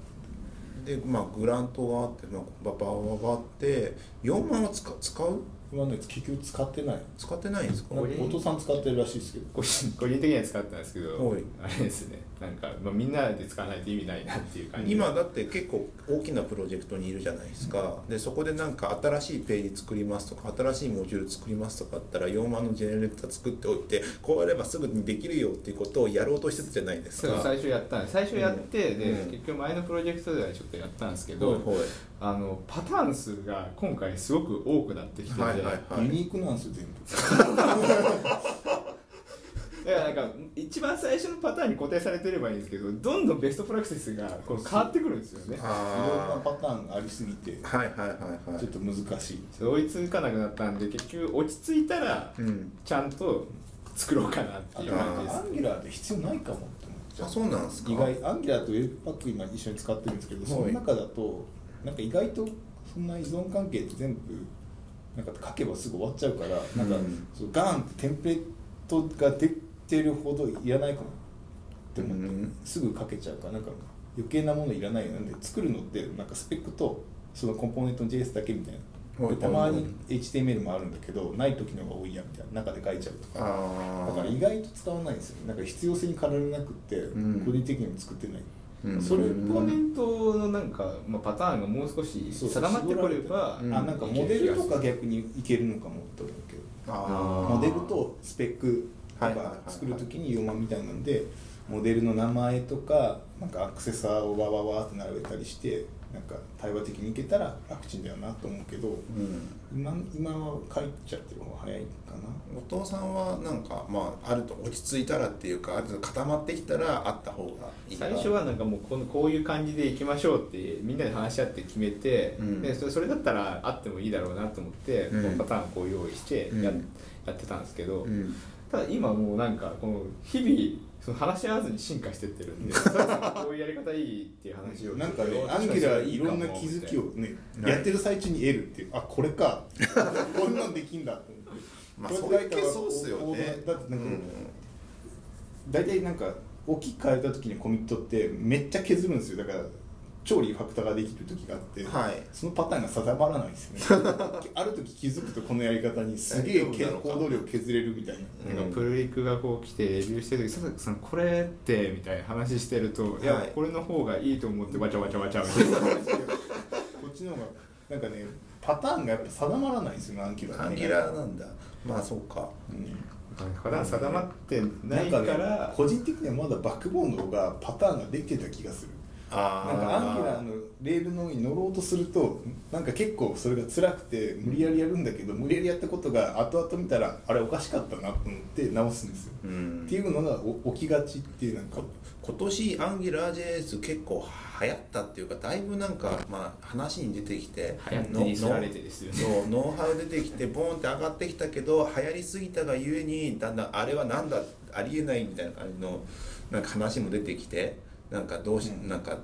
[SPEAKER 1] でまあグラントがあって、まあ、ババーがあって4万は使使う
[SPEAKER 3] 今のやつ結局使ってない
[SPEAKER 1] 使ってないんですか
[SPEAKER 3] なんか後藤さん使ってるらしいですけど
[SPEAKER 2] 個人個人的には使ったんですけど
[SPEAKER 1] はい
[SPEAKER 2] あれですねなんか、まあ、みんなで使わないと意味ないなっていう感じ
[SPEAKER 1] 今だって結構大きなプロジェクトにいるじゃないですかでそこでなんか新しいページ作りますとか新しいモジュール作りますとかあったら4万のジェネレーター作っておいてこうやればすぐにできるよっていうことをやろうとしてたじゃないです
[SPEAKER 2] そう
[SPEAKER 1] か。
[SPEAKER 2] 最初やったんです最初やって、
[SPEAKER 1] うん
[SPEAKER 2] で、
[SPEAKER 1] うん
[SPEAKER 2] 結局前のプロジェクトではちょっとやったんですけど、
[SPEAKER 1] ほいほい
[SPEAKER 2] あのパターン数が今回すごく多くなってきてて、
[SPEAKER 1] はいはいはい
[SPEAKER 3] ユニークなんですよ全部
[SPEAKER 2] だからなんか一番最初のパターンに固定されてればいいんですけどどんどんベストプラクティスがこう変わってくるんですよね
[SPEAKER 3] いろんな
[SPEAKER 1] あ
[SPEAKER 3] パターンがありすぎてち
[SPEAKER 1] ーはいはいはいはい
[SPEAKER 3] ょっと難しい
[SPEAKER 2] 追いつかなくなったんで結局落ち着いたら
[SPEAKER 1] うん
[SPEAKER 2] ちゃんと作ろうかなって
[SPEAKER 3] あ
[SPEAKER 2] い
[SPEAKER 3] と
[SPEAKER 2] う感じで
[SPEAKER 3] ア
[SPEAKER 2] す
[SPEAKER 3] ンギュラーで必要ないかもって思っちゃ
[SPEAKER 1] あ
[SPEAKER 3] う
[SPEAKER 1] そうなんですか
[SPEAKER 3] 意外アンギュラーとウェブパック今一緒に使ってるんですけどその中だとなんか意外とそんな依存関係って全部なんか書けばすぐ終わっちゃうからなんか、
[SPEAKER 1] うん
[SPEAKER 3] そうガーンってテンプレートが出てるほどいらないかもって思って、
[SPEAKER 1] うん
[SPEAKER 3] すぐ書けちゃうからなんか余計なものいらないよなんで作るのってなんかスペックとそのコンポーネントの JS だけみたいな。
[SPEAKER 1] は
[SPEAKER 3] で
[SPEAKER 1] い
[SPEAKER 3] たまに HTML もあるんだけどない時の方が多いやみたいな中で書いちゃうとか
[SPEAKER 1] あ
[SPEAKER 3] だから意外と使わないんですよねなんか必要性に駆られなくって、
[SPEAKER 1] うん
[SPEAKER 3] 個人的にも作ってない、
[SPEAKER 1] うん
[SPEAKER 3] それ
[SPEAKER 2] コンポーネントのなんか、まあ、パターンがもう少し
[SPEAKER 3] そう
[SPEAKER 2] 定まってこれば、
[SPEAKER 1] うん
[SPEAKER 3] あなんかモデルとか逆にいけるのかもって思うけど
[SPEAKER 1] あー
[SPEAKER 3] モデルとスペックと
[SPEAKER 1] はいはいはい
[SPEAKER 3] か
[SPEAKER 1] はい
[SPEAKER 3] 作る時に4万みたいなのでモデルの名前とかなんかアクセサーをわわわって並べたりしてなんか対話的にいけたら楽ちんだよなと思うけど
[SPEAKER 1] うん
[SPEAKER 3] 今今は書いちゃってる方が早いかな
[SPEAKER 1] 後藤さんはなんかまああると落ち着いたらっていうかある程度固まってきたらあった方がいいな
[SPEAKER 2] 最初はなんかもうこのこういう感じでいきましょうってみんなで話し合って決めて、
[SPEAKER 1] うん
[SPEAKER 2] でそれそれだったらあってもいいだろうなと思って、
[SPEAKER 1] うん
[SPEAKER 2] このパターンをこう用意してや,、
[SPEAKER 1] うん
[SPEAKER 2] やってたんですけど、
[SPEAKER 1] うん
[SPEAKER 2] ただ今もうなんかこの日々その話し合わずに進化してってる んで佐々木さんこういうやり方いいっていう話を
[SPEAKER 3] なんかねアンギュラーいろんな気づきをね
[SPEAKER 1] ない
[SPEAKER 3] やってる最中に得るっていうあこれ かこんなんできんだと思って。
[SPEAKER 1] まあ
[SPEAKER 3] こ
[SPEAKER 1] そう
[SPEAKER 3] や
[SPEAKER 1] れ
[SPEAKER 3] っ
[SPEAKER 1] ってて
[SPEAKER 3] 書いたら
[SPEAKER 1] そうっすよね
[SPEAKER 3] だってなんか
[SPEAKER 1] うん
[SPEAKER 3] 大体なんか大きく変えた時にコミットってめっちゃ削るんですよだから調理ファクターができる時があって、
[SPEAKER 1] はい
[SPEAKER 3] そのパターンが定まらないんですよ ねある時気づくとこのやり方にすげえ
[SPEAKER 1] 大丈夫なのか
[SPEAKER 3] 行動量削れるみたいな
[SPEAKER 2] なんかプルリクがこう来てレビューしてる時佐々木さんこれってみたいな話してると、い、や
[SPEAKER 1] はい
[SPEAKER 2] これの方がいいと思ってわちゃわちゃわちゃみたいな
[SPEAKER 3] こっちの方がなんかねパターンがやっぱ定まらないんですよねアンキュラ
[SPEAKER 1] アンギュラーなんだまあそうか
[SPEAKER 3] うん
[SPEAKER 2] 普段定まって
[SPEAKER 3] な
[SPEAKER 2] ない
[SPEAKER 3] ん
[SPEAKER 2] か
[SPEAKER 3] からね、個人的にはまだバックボーンの方がパターンができてた気がする
[SPEAKER 1] あ
[SPEAKER 3] なんかアンギュラーのレールの上に乗ろうとするとなんか結構それが辛くて無理やりやるんだけど無理やりやったことが後々見たらあれおかしかったなと思って直すんですよ、
[SPEAKER 1] うん
[SPEAKER 3] っていうのがお起きがちっていうなんか
[SPEAKER 1] 今年アンギュラー JS 結構流行ったっていうかだいぶなんか、まあ、話に出てきて
[SPEAKER 2] 流行ってに知られてですよね
[SPEAKER 1] そうノウハウ出てきてボーンって上がってきたけど流行りすぎたがゆえにだんだんあれはなんだありえないみたいな感じのなんか話も出てきてなんかどうし、なんか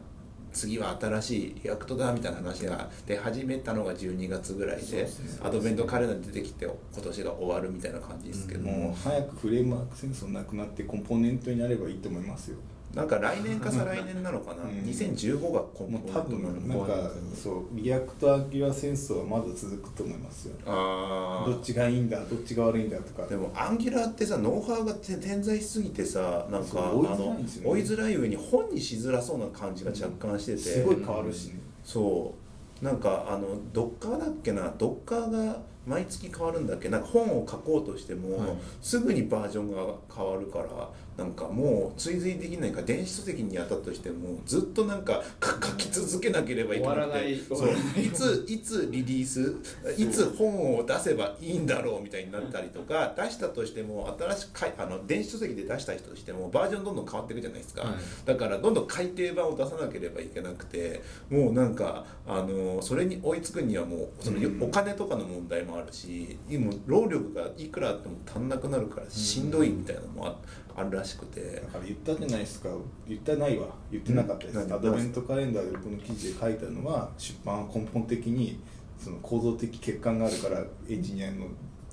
[SPEAKER 1] 次は新しいリアクトだみたいな話が出始めたのが12月ぐらいでアドベントカレンダー出てきて今年が終わるみたいな感じですけども、
[SPEAKER 3] もう早くフレームワーク戦争なくなってコンポーネントになればいいと思いますよ
[SPEAKER 1] なんか来年か再来年なのかな、
[SPEAKER 3] うん
[SPEAKER 1] 2015がコンポーネ
[SPEAKER 3] もう
[SPEAKER 1] ント
[SPEAKER 3] 多分なんかそうリアクトアンギュラー戦争はまだ続くと思いますよ
[SPEAKER 1] あ
[SPEAKER 3] どっちがいいんだどっちが悪いんだとか
[SPEAKER 1] でもアンギュラーってさノウハウがて点在しすぎてさなん
[SPEAKER 3] そう
[SPEAKER 1] か
[SPEAKER 3] 追いづらいんですよね
[SPEAKER 1] あの追いづらい上に本にしづらそうな感じが若干してて、
[SPEAKER 3] すごい変わるしね、
[SPEAKER 1] そうなんかあのドッカーだっけなドッカーが毎月変わるんだっけなんか本を書こうとしても、すぐにバージョンが変わるからなんかもう追随できないから電子書籍にやったとしてもずっとなんかか書き続けなければいけな
[SPEAKER 2] 終わ
[SPEAKER 1] く
[SPEAKER 2] らな
[SPEAKER 1] て
[SPEAKER 2] い
[SPEAKER 1] そういついつリリースいつ本を出せばいいんだろうみたいになったりとか出したとしても新しくかいあの電子書籍で出した人としてもバージョンどんどん変わっていくじゃないですか、
[SPEAKER 2] はい
[SPEAKER 1] だからどんどん改訂版を出さなければいけなくてもうなんかあのそれに追いつくにはもうその
[SPEAKER 3] うん
[SPEAKER 1] お金とかの問題もあるし、もう労力がいくらあっても足んなくなるからしんどいみたいなのもああるらしくて
[SPEAKER 3] だ。から言ったじゃないですか言ったないわ言ってなかったです、
[SPEAKER 1] うん
[SPEAKER 3] アドベントカレンダーでこの記事で書いたのは出版は根本的にその構造的欠陥があるからエンジニアの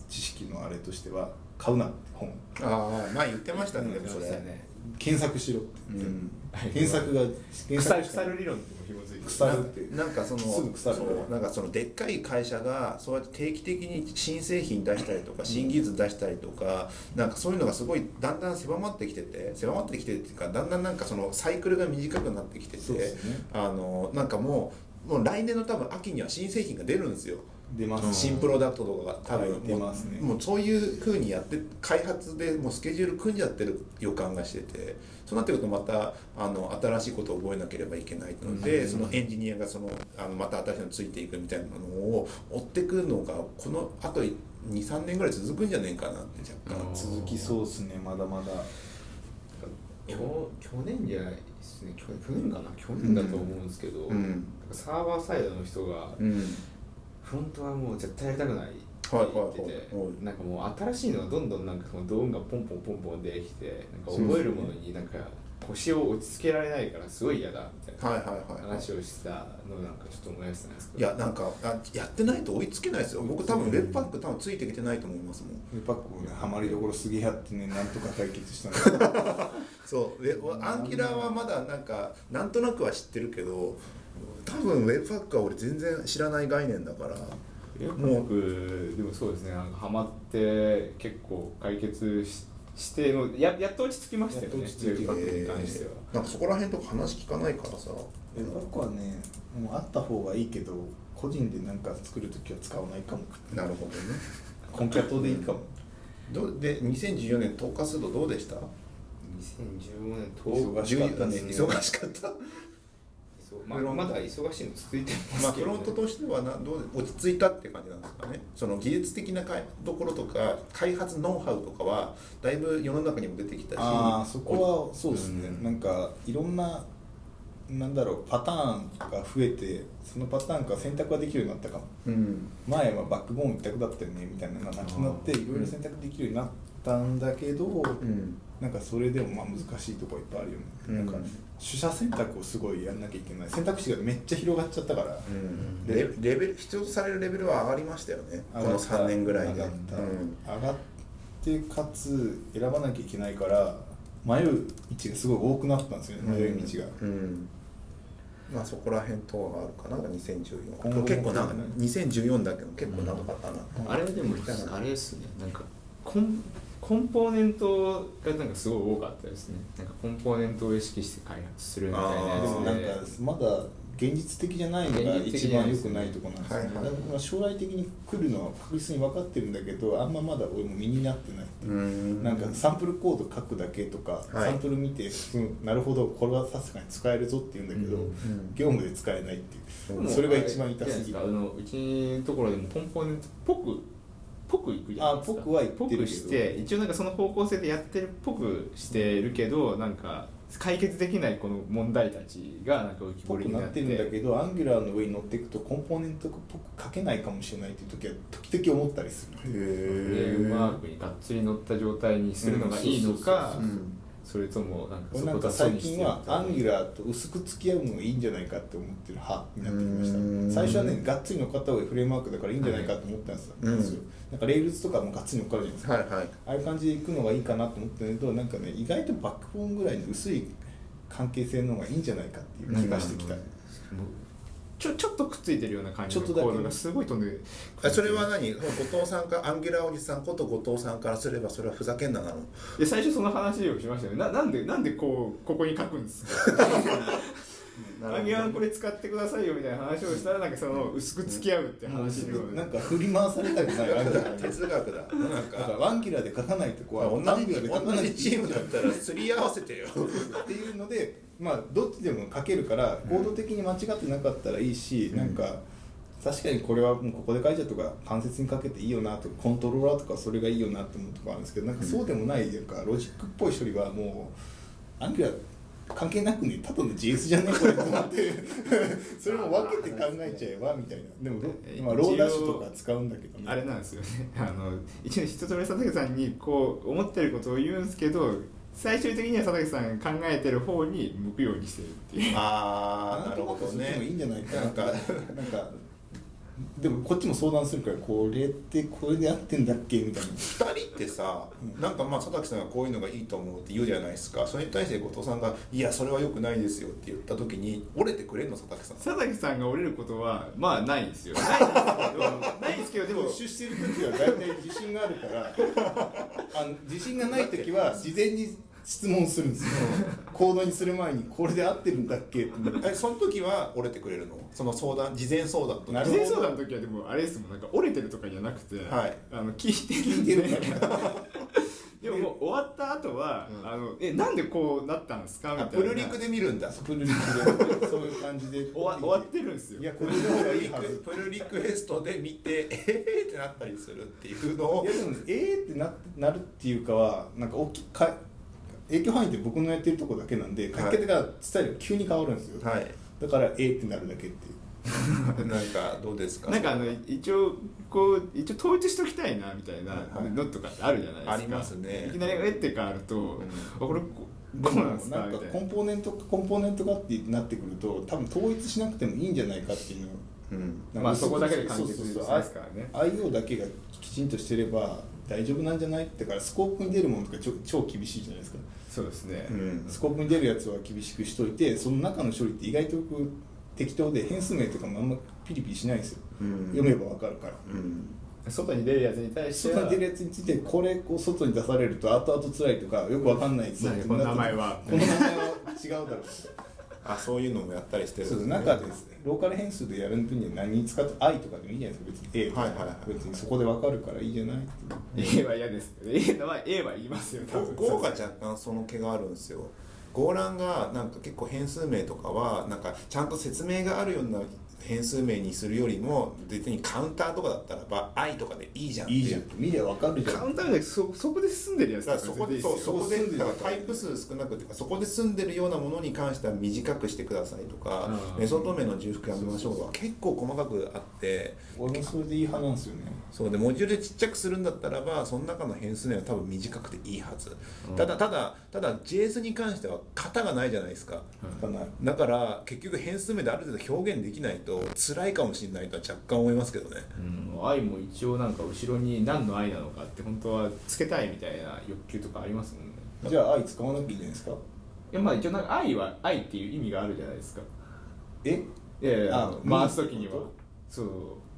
[SPEAKER 3] 知識のあれとしては買うなって本
[SPEAKER 1] ああ、まあ言ってましたね、でもそれ。
[SPEAKER 3] 検索しろって言って、
[SPEAKER 1] うん
[SPEAKER 3] 検索が検
[SPEAKER 2] 腐
[SPEAKER 3] 索
[SPEAKER 2] る腐る理論にも紐づいてる
[SPEAKER 3] 腐るっていう
[SPEAKER 1] なんかその
[SPEAKER 3] すぐ腐るから
[SPEAKER 1] そうなんかそのでっかい会社がそうやって定期的に新製品出したりとか新技術出したりとか、なんかそういうのがすごいだんだん狭まってきてて狭まってきてるっていうかだんだんなんかそのサイクルが短くなってきてて、
[SPEAKER 3] そうですね
[SPEAKER 1] あのなんかもうもう来年の多分秋には新製品が出るんですよ。
[SPEAKER 3] 出ます
[SPEAKER 1] 新プロダクトとかが多分
[SPEAKER 3] はい
[SPEAKER 1] も
[SPEAKER 3] 出
[SPEAKER 1] う,、
[SPEAKER 3] ますね
[SPEAKER 1] もうそういうふうにやって開発でもうスケジュール組んじゃってる予感がしててそうなってくるとまたあの新しいことを覚えなければいけないので、そのエンジニアがそのあのまた新しいのついていくみたいなのを追ってくるのがこのあと23年ぐらい続くんじゃねえかなって若干、
[SPEAKER 3] 続きそうですねまだまだ
[SPEAKER 2] 去去年じゃないですね去去年かな去年だと思うんですけど、
[SPEAKER 1] うん
[SPEAKER 2] なんかサーバーサイドの人が、
[SPEAKER 1] うん、
[SPEAKER 2] フロントはもう絶対やりたくないって
[SPEAKER 1] はい
[SPEAKER 2] 言
[SPEAKER 1] はいはい
[SPEAKER 2] ってて
[SPEAKER 1] はい
[SPEAKER 2] なんかもう新しいのはどんどんなんかその動音がポンポンポンポン出てきてなんか覚えるものになんか腰を落ち着けられないからすごい嫌だみたい
[SPEAKER 1] はい
[SPEAKER 2] な
[SPEAKER 1] はいはい
[SPEAKER 2] 話をしたのをなんかちょっと思い出したんですけ
[SPEAKER 1] い
[SPEAKER 2] ど
[SPEAKER 1] やなんかあやってないと追いつけないですよ僕多分ウェブパック多分ついてきてないと思いますもん
[SPEAKER 3] やっぱこうねハマりどころすげえやってねなんとか解決した んですけど
[SPEAKER 1] そうでおアンキラーはまだなんかなんとなくは知ってるけど多分ウェブパックは俺全然知らない概念だから
[SPEAKER 2] もうでもそうですねなんかハマって結構解決ししてのややっと落ち着きましたよね
[SPEAKER 3] やっと落ち着いて
[SPEAKER 2] 留学に関しては。
[SPEAKER 1] えーなんかそこら辺とか話聞かないからさ
[SPEAKER 3] え僕はねもうあった方がいいけど個人でなんか作るときは使わないかも
[SPEAKER 1] なるほどね
[SPEAKER 3] コンキャットでいいかも
[SPEAKER 1] どうで2014年投下数度どうでした
[SPEAKER 2] 2015年
[SPEAKER 3] 忙しかったですね
[SPEAKER 1] 14忙しかった
[SPEAKER 2] そうまあまだ忙しいの続いてますけど、ね、
[SPEAKER 1] まあ、フロントとしてはなどう落ち着いたって感じなんですかねその技術的なかいところとか開発ノウハウとかはだいぶ世の中にも出てきたし
[SPEAKER 3] ああそこはそうですね、
[SPEAKER 1] うん
[SPEAKER 3] なんかいろんななんだろうパターンが増えてそのパターンから選択ができるようになったかも
[SPEAKER 1] うん
[SPEAKER 3] 前はバックボーン一択だったよねみたいなのがなくなって
[SPEAKER 2] あ
[SPEAKER 3] いろいろ選択できるようになったんだけど、
[SPEAKER 1] うん
[SPEAKER 3] なんかそれでもまあ難しいところいっぱいあるよね、
[SPEAKER 1] うん
[SPEAKER 3] なんか取捨選択をすごいやんなきゃいけない選択肢がめっちゃ広がっちゃったから、
[SPEAKER 1] うん
[SPEAKER 3] で
[SPEAKER 1] レレベル必要とされるレベルは上がりましたよねこ
[SPEAKER 3] 上が
[SPEAKER 1] の
[SPEAKER 3] った
[SPEAKER 1] 3年ぐらい
[SPEAKER 3] 上
[SPEAKER 1] で、
[SPEAKER 3] が
[SPEAKER 1] う
[SPEAKER 3] った、
[SPEAKER 1] ん、
[SPEAKER 3] 上がってかつ選ばなきゃいけないから迷う道がすごい多くなったんですよね迷い道が、
[SPEAKER 1] うんまあそこら辺等があるかな
[SPEAKER 3] 今後
[SPEAKER 1] 2014
[SPEAKER 3] も
[SPEAKER 1] 結構長い2014だけど結構長かったな、
[SPEAKER 2] あれでもあれですねなんかコンコンポーネントがなんかすごい多かったですねなんかコンポーネントを意識して開発するみたいなや
[SPEAKER 1] あ
[SPEAKER 3] でも
[SPEAKER 1] ー
[SPEAKER 3] なん
[SPEAKER 2] つで
[SPEAKER 3] かまだ現実的じゃないのが一番良くないとこなんですよね、
[SPEAKER 1] はいはい
[SPEAKER 3] だからまあ将来的に来るのは確実に分かってるんだけどあんままだ俺も身になってないっていうなんかサンプルコード書くだけとか、
[SPEAKER 1] はい
[SPEAKER 3] サンプル見て、うん、なるほどこれは確かに使えるぞって言うんだけど、
[SPEAKER 2] うん
[SPEAKER 1] ん
[SPEAKER 3] 業務で使えないっていう、
[SPEAKER 1] うん
[SPEAKER 3] それが一番痛すぎ
[SPEAKER 2] い
[SPEAKER 3] る
[SPEAKER 2] やあのうちのところでもコンポーネントっぽくぽくいくじゃないですか
[SPEAKER 3] あぽくは言ってるけど
[SPEAKER 2] ぽくして一応なんかその方向性でやってるっぽくしてるけどなんか解決できないこの問題たちがなんか浮き
[SPEAKER 3] ぽ
[SPEAKER 2] 彫り
[SPEAKER 3] く
[SPEAKER 2] に
[SPEAKER 3] な
[SPEAKER 2] な
[SPEAKER 3] っ
[SPEAKER 2] って
[SPEAKER 3] てるんだけどアンギュラーの上に乗っていくとコンポーネントっぽく書けないかもしれないっていう時は時々思ったりする
[SPEAKER 1] へ
[SPEAKER 2] フ
[SPEAKER 1] え
[SPEAKER 2] レームワークにがっつり乗った状態にするのがいいのか、
[SPEAKER 1] うん
[SPEAKER 2] それともなんか
[SPEAKER 3] 俺
[SPEAKER 2] そ
[SPEAKER 3] な
[SPEAKER 2] こ
[SPEAKER 3] ん
[SPEAKER 2] だ
[SPEAKER 3] か
[SPEAKER 2] け
[SPEAKER 3] 最
[SPEAKER 2] にして
[SPEAKER 3] 近
[SPEAKER 2] や
[SPEAKER 3] は
[SPEAKER 2] った
[SPEAKER 3] アンギュラーと薄く付き合うのがいいんじゃないかって思ってる派になってきま
[SPEAKER 1] うーん
[SPEAKER 3] した最初はねがっつり乗っかった方がフレームワークだからいいんじゃないかと思ったんですよ、
[SPEAKER 1] うん
[SPEAKER 3] なんかレールズとかもがっつり乗っかるじゃないですか
[SPEAKER 1] はいはい
[SPEAKER 3] ああいう感じで行くのがいいかなと思ってるけどなんかね意外とバックボーンぐらいの薄い関係性の方がいいんじゃないかっていう気がしてきた、
[SPEAKER 1] うん
[SPEAKER 2] もうちょちょっとくっついてるような感じの
[SPEAKER 3] ちょ
[SPEAKER 2] コ
[SPEAKER 3] っとだけ
[SPEAKER 2] ードがすごい飛んで
[SPEAKER 1] あそれは何後藤さんかアンギュラおじさんこと後藤さんからすればそれはふざけんななの
[SPEAKER 2] で最初その話をしましたよねななんでなんでこうここに書くんですかアンギュラーこれ使ってくださいよみたいな話をしたらなんかその薄く付き合うって
[SPEAKER 3] もう
[SPEAKER 2] 話
[SPEAKER 3] ち
[SPEAKER 2] に
[SPEAKER 3] ょっとな
[SPEAKER 2] なんん
[SPEAKER 3] か振り回されたくないわ けじゃないです
[SPEAKER 1] 哲学だなん
[SPEAKER 3] だから
[SPEAKER 1] か
[SPEAKER 3] ワンキラーで書かないとこはワ
[SPEAKER 1] 同
[SPEAKER 3] ンキラー
[SPEAKER 1] じ
[SPEAKER 3] で書か
[SPEAKER 1] 同
[SPEAKER 3] ない
[SPEAKER 1] じチームだ
[SPEAKER 3] だ
[SPEAKER 1] ったらすり合わせてよ
[SPEAKER 3] っていうので、まあ、どっちでも書けるから行動的に間違ってなかったらいいし、なんか確かにこれはもうここで書いちゃうとか関節にかけていいよなとかコントローラーとかそれがいいよなって思うとこあるんですけどなんかそうでもないなんかロジックっぽい処理はもうアンギュラー関係なくねただの JS じゃねえこれと思って それも分けて考えちゃえばみたいなでもロ今ローダッシュとか使うんだけどね
[SPEAKER 2] あれなんですよね あの一応一つ目佐竹さんにこう思ってることを言うんですけど最終的には佐竹さん考えてる方に向くようにしてるっていう
[SPEAKER 1] あ
[SPEAKER 3] なんとなくそっちもいいんじゃないかななんかなんかでもこっちも相談するからこれってこれで合ってんだっけみたいな
[SPEAKER 1] 2人ってさなんかまあ佐竹さんがこういうのがいいと思うって言うじゃないですかそれに対して後藤さんが「いやそれは良くないですよ」って言った時に折れてくれるの佐竹さん
[SPEAKER 2] 佐竹さんが折れることはまあないんですよないんですけど ないんですけどでも
[SPEAKER 3] プッシュしてる時は大体自信がある からあの自信がない時は事前に質問するんですよ行動にする前にこれで合ってるんだっけって
[SPEAKER 1] えその時は折れてくれるのその相談事前相談と
[SPEAKER 3] なる
[SPEAKER 2] 事前相談の時はでもあれですもんなんか折れてるとかじゃなくて、
[SPEAKER 1] はい
[SPEAKER 2] あの聞いてるん
[SPEAKER 3] 聞
[SPEAKER 2] で
[SPEAKER 3] いてる
[SPEAKER 2] でももう終わった後は、
[SPEAKER 1] うん
[SPEAKER 2] あのえなんでこうなったんですかみた
[SPEAKER 1] あ
[SPEAKER 2] いな
[SPEAKER 1] プルリクで見るんだ
[SPEAKER 3] スプルリクでそういう感じで
[SPEAKER 2] 終わ終わってるんですよ
[SPEAKER 3] いやこれの方がいいはず
[SPEAKER 1] プルリクエストで見て「えー!」ってなったりするっていうの
[SPEAKER 3] い
[SPEAKER 1] を
[SPEAKER 3] やでもねえーってななるっていうかはなんか大きいか影響範囲って僕のやってるとこだけなんで
[SPEAKER 1] はい
[SPEAKER 3] 書き方がスタイルが急に変わるんです よ、
[SPEAKER 1] はい
[SPEAKER 3] だからえーってなるだけっていう
[SPEAKER 1] なんかどうですか
[SPEAKER 2] なんかあの一応こう一応統一しときたいなみたいな
[SPEAKER 1] はい
[SPEAKER 2] のとかってあるじゃないですか、
[SPEAKER 1] ありますね
[SPEAKER 2] いきなりえって変わると、
[SPEAKER 1] ん
[SPEAKER 2] あこれこ
[SPEAKER 3] で
[SPEAKER 2] こうな
[SPEAKER 3] も
[SPEAKER 2] ん
[SPEAKER 3] なん
[SPEAKER 2] ですかみ
[SPEAKER 3] か
[SPEAKER 2] たい
[SPEAKER 3] コ
[SPEAKER 2] な
[SPEAKER 3] ンポーネントコンポーネントがってなってくると多分統一しなくてもいいんじゃないかっていうの
[SPEAKER 1] うん
[SPEAKER 3] なん
[SPEAKER 2] ま
[SPEAKER 3] か
[SPEAKER 2] あそこだけで完結
[SPEAKER 3] そう
[SPEAKER 2] し
[SPEAKER 3] そう
[SPEAKER 2] ま
[SPEAKER 3] そう
[SPEAKER 2] すからね
[SPEAKER 3] IO だけがきちんとしてれば大丈夫なんじゃないだからスコープに出るものとかちょ超厳しいじゃないですか
[SPEAKER 2] そうですね、
[SPEAKER 1] うん
[SPEAKER 3] スコープに出るやつは厳しくしといてその中の処理って意外と僕適当で変数名とかもあんまピリピリしないんですよ、
[SPEAKER 1] うん
[SPEAKER 3] 読めばわかるから、
[SPEAKER 1] うん
[SPEAKER 2] 外に出るやつに対しては
[SPEAKER 3] 外に出るやつについてこれを外に出されると後々辛いとかよくわかんないぞってなって
[SPEAKER 2] この名前は
[SPEAKER 3] この名前は違うだろう
[SPEAKER 1] あそういうのもやったりしてる
[SPEAKER 3] そう
[SPEAKER 1] ね
[SPEAKER 3] 中ですねローカル変数でやる分には何に使って i とかでもいいじゃないですか別に a とか、
[SPEAKER 1] はいはいはい
[SPEAKER 3] 別にそこでわかるからいいじゃないっていう
[SPEAKER 2] A は嫌ですけど A のは A は言いますよ多分
[SPEAKER 1] ゴーが若干その毛があるんですよゴーランがなんか結構変数名とかはなんかちゃんと説明があるような変数名にするよりも別にカウンターとかだったらば「i」とかでいいじゃんって
[SPEAKER 3] いいじゃん見りゃわかるじゃ
[SPEAKER 2] カウ
[SPEAKER 3] ん
[SPEAKER 2] ンターでそそこで進んでるや
[SPEAKER 1] だ
[SPEAKER 2] つ
[SPEAKER 1] か
[SPEAKER 2] だ
[SPEAKER 1] ら
[SPEAKER 2] から
[SPEAKER 1] そこでそう
[SPEAKER 2] 全然いいですよ
[SPEAKER 1] そこ
[SPEAKER 3] 住
[SPEAKER 1] で
[SPEAKER 3] んでる
[SPEAKER 1] だからタイプ数少なくていうかそこで住んでるようなものに関しては短くしてくださいとか
[SPEAKER 2] うん
[SPEAKER 1] メソトメの重複やめましょうは結構細かくあって
[SPEAKER 3] 俺もそれでいい派なんですよね
[SPEAKER 1] そうでモジュールちっちゃくするんだったらばその中の変数名は多分短くていいはずただただただ JS に関しては型がないじゃないですか
[SPEAKER 3] だから
[SPEAKER 1] だから結局変数名である程度表現できないと辛いかもしれないとは若干思いますけどね
[SPEAKER 2] うん、愛も一応なんか後ろに何の愛なのかって本当はつけたいみたいな欲求とかありますもんね
[SPEAKER 3] じゃあ i 使わなきゃいいんじゃないですか
[SPEAKER 2] いやまあ一応なんか愛は愛っていう意味があるじゃないですか
[SPEAKER 3] え
[SPEAKER 2] いやいや
[SPEAKER 3] あ
[SPEAKER 2] あの回す時には
[SPEAKER 3] 見るこ
[SPEAKER 2] そう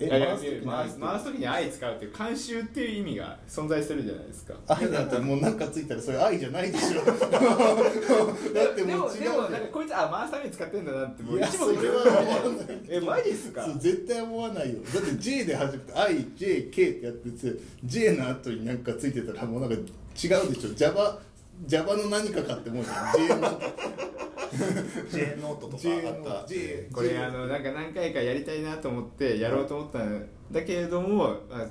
[SPEAKER 3] え
[SPEAKER 2] いやいや
[SPEAKER 3] 回す時に
[SPEAKER 2] 回す回す時に愛使うっていう慣習っていう意味が存在してるじゃないですか
[SPEAKER 3] 愛だったらもうなんかついたらそれ愛じゃないでしょだって
[SPEAKER 2] で
[SPEAKER 3] もう
[SPEAKER 2] も
[SPEAKER 3] 違う
[SPEAKER 2] でもなんかこいつあ回すために使ってんだなってもう一目
[SPEAKER 3] それは思わない
[SPEAKER 2] えマジっすか
[SPEAKER 3] そう絶対思わないよだって J で始めて IJK ってやってて J の後になんかついてたらもうなんか違うでしょ Java, Java の何かかって思うじゃん J の
[SPEAKER 1] J ノートと
[SPEAKER 3] J
[SPEAKER 1] かあ
[SPEAKER 3] の
[SPEAKER 1] った
[SPEAKER 3] J
[SPEAKER 2] これあのなんか何回かやりたいなと思ってやろうと思ったんだけれども、あ、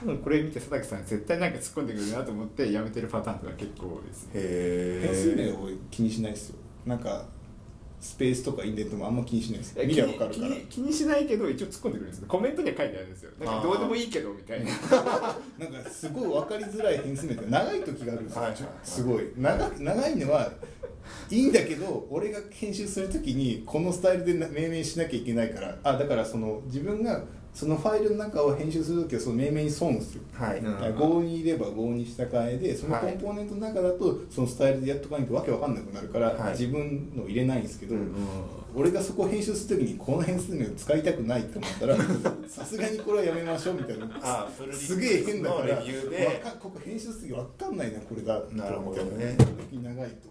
[SPEAKER 2] 多分これ見て佐竹さん絶対なんか突っ込んでくるなと思ってやめてるパターンとか結構多いですね
[SPEAKER 1] へ
[SPEAKER 3] 変数名を気にしないですよなんかスペースとかインデントもあんま気にしないです
[SPEAKER 2] いや
[SPEAKER 3] 見りゃ分かる
[SPEAKER 2] 気
[SPEAKER 3] から
[SPEAKER 2] に気に気にしないけど一応突っ込んでくるんですよコメントには書いてあるんですよなん
[SPEAKER 1] あー
[SPEAKER 2] かどうでもいいけどみたいな
[SPEAKER 3] なんかすごい分かりづらい変数名って長い時があるんですよ、
[SPEAKER 1] はいはい
[SPEAKER 3] すごい長く長いのはいいんだけど俺が編集する時にこのスタイルでな命名しなきゃいけないからあだからその自分がそのファイルの中を編集する時はその命名に損をする
[SPEAKER 1] はい
[SPEAKER 2] うん
[SPEAKER 3] 5にいれば5にしたえでそのコンポーネントの中だとそのスタイルでやっとかないとわけわかんなくなるから、
[SPEAKER 1] はい
[SPEAKER 3] 自分の入れないんですけど、
[SPEAKER 1] うん
[SPEAKER 3] 俺がそこを編集する時にこの変数名を使いたくないと思ったら さすがにこれはやめましょうみたいな
[SPEAKER 1] あフルリ
[SPEAKER 3] すげえ変だから
[SPEAKER 1] のレビューで
[SPEAKER 3] わかここ編集する時わかんないなこれだ
[SPEAKER 1] なるほどね
[SPEAKER 3] みたいな長いと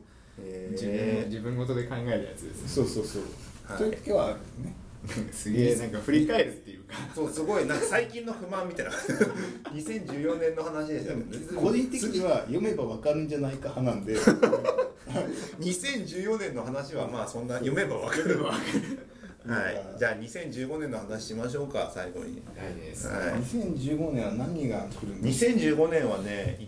[SPEAKER 2] 自分
[SPEAKER 1] へ
[SPEAKER 2] 自分ごとで考えるやつです
[SPEAKER 3] そうそうそう、
[SPEAKER 1] はい
[SPEAKER 3] そういう時はあるよね
[SPEAKER 2] ねすげえなんか振り返るっていうか
[SPEAKER 1] そうすごいなんか最近の不満みたいな 2014年の話でした
[SPEAKER 3] で
[SPEAKER 1] よ
[SPEAKER 3] も
[SPEAKER 1] ね
[SPEAKER 3] 個人的には読めばわかるんじゃないか派なんで
[SPEAKER 1] 2014年の話はまあそんな読めばわかるわはいじゃあ2015年の話しましょうか最後に
[SPEAKER 2] ないです
[SPEAKER 1] はい
[SPEAKER 3] 2015年は何が来るんですか
[SPEAKER 1] 2015年はね一応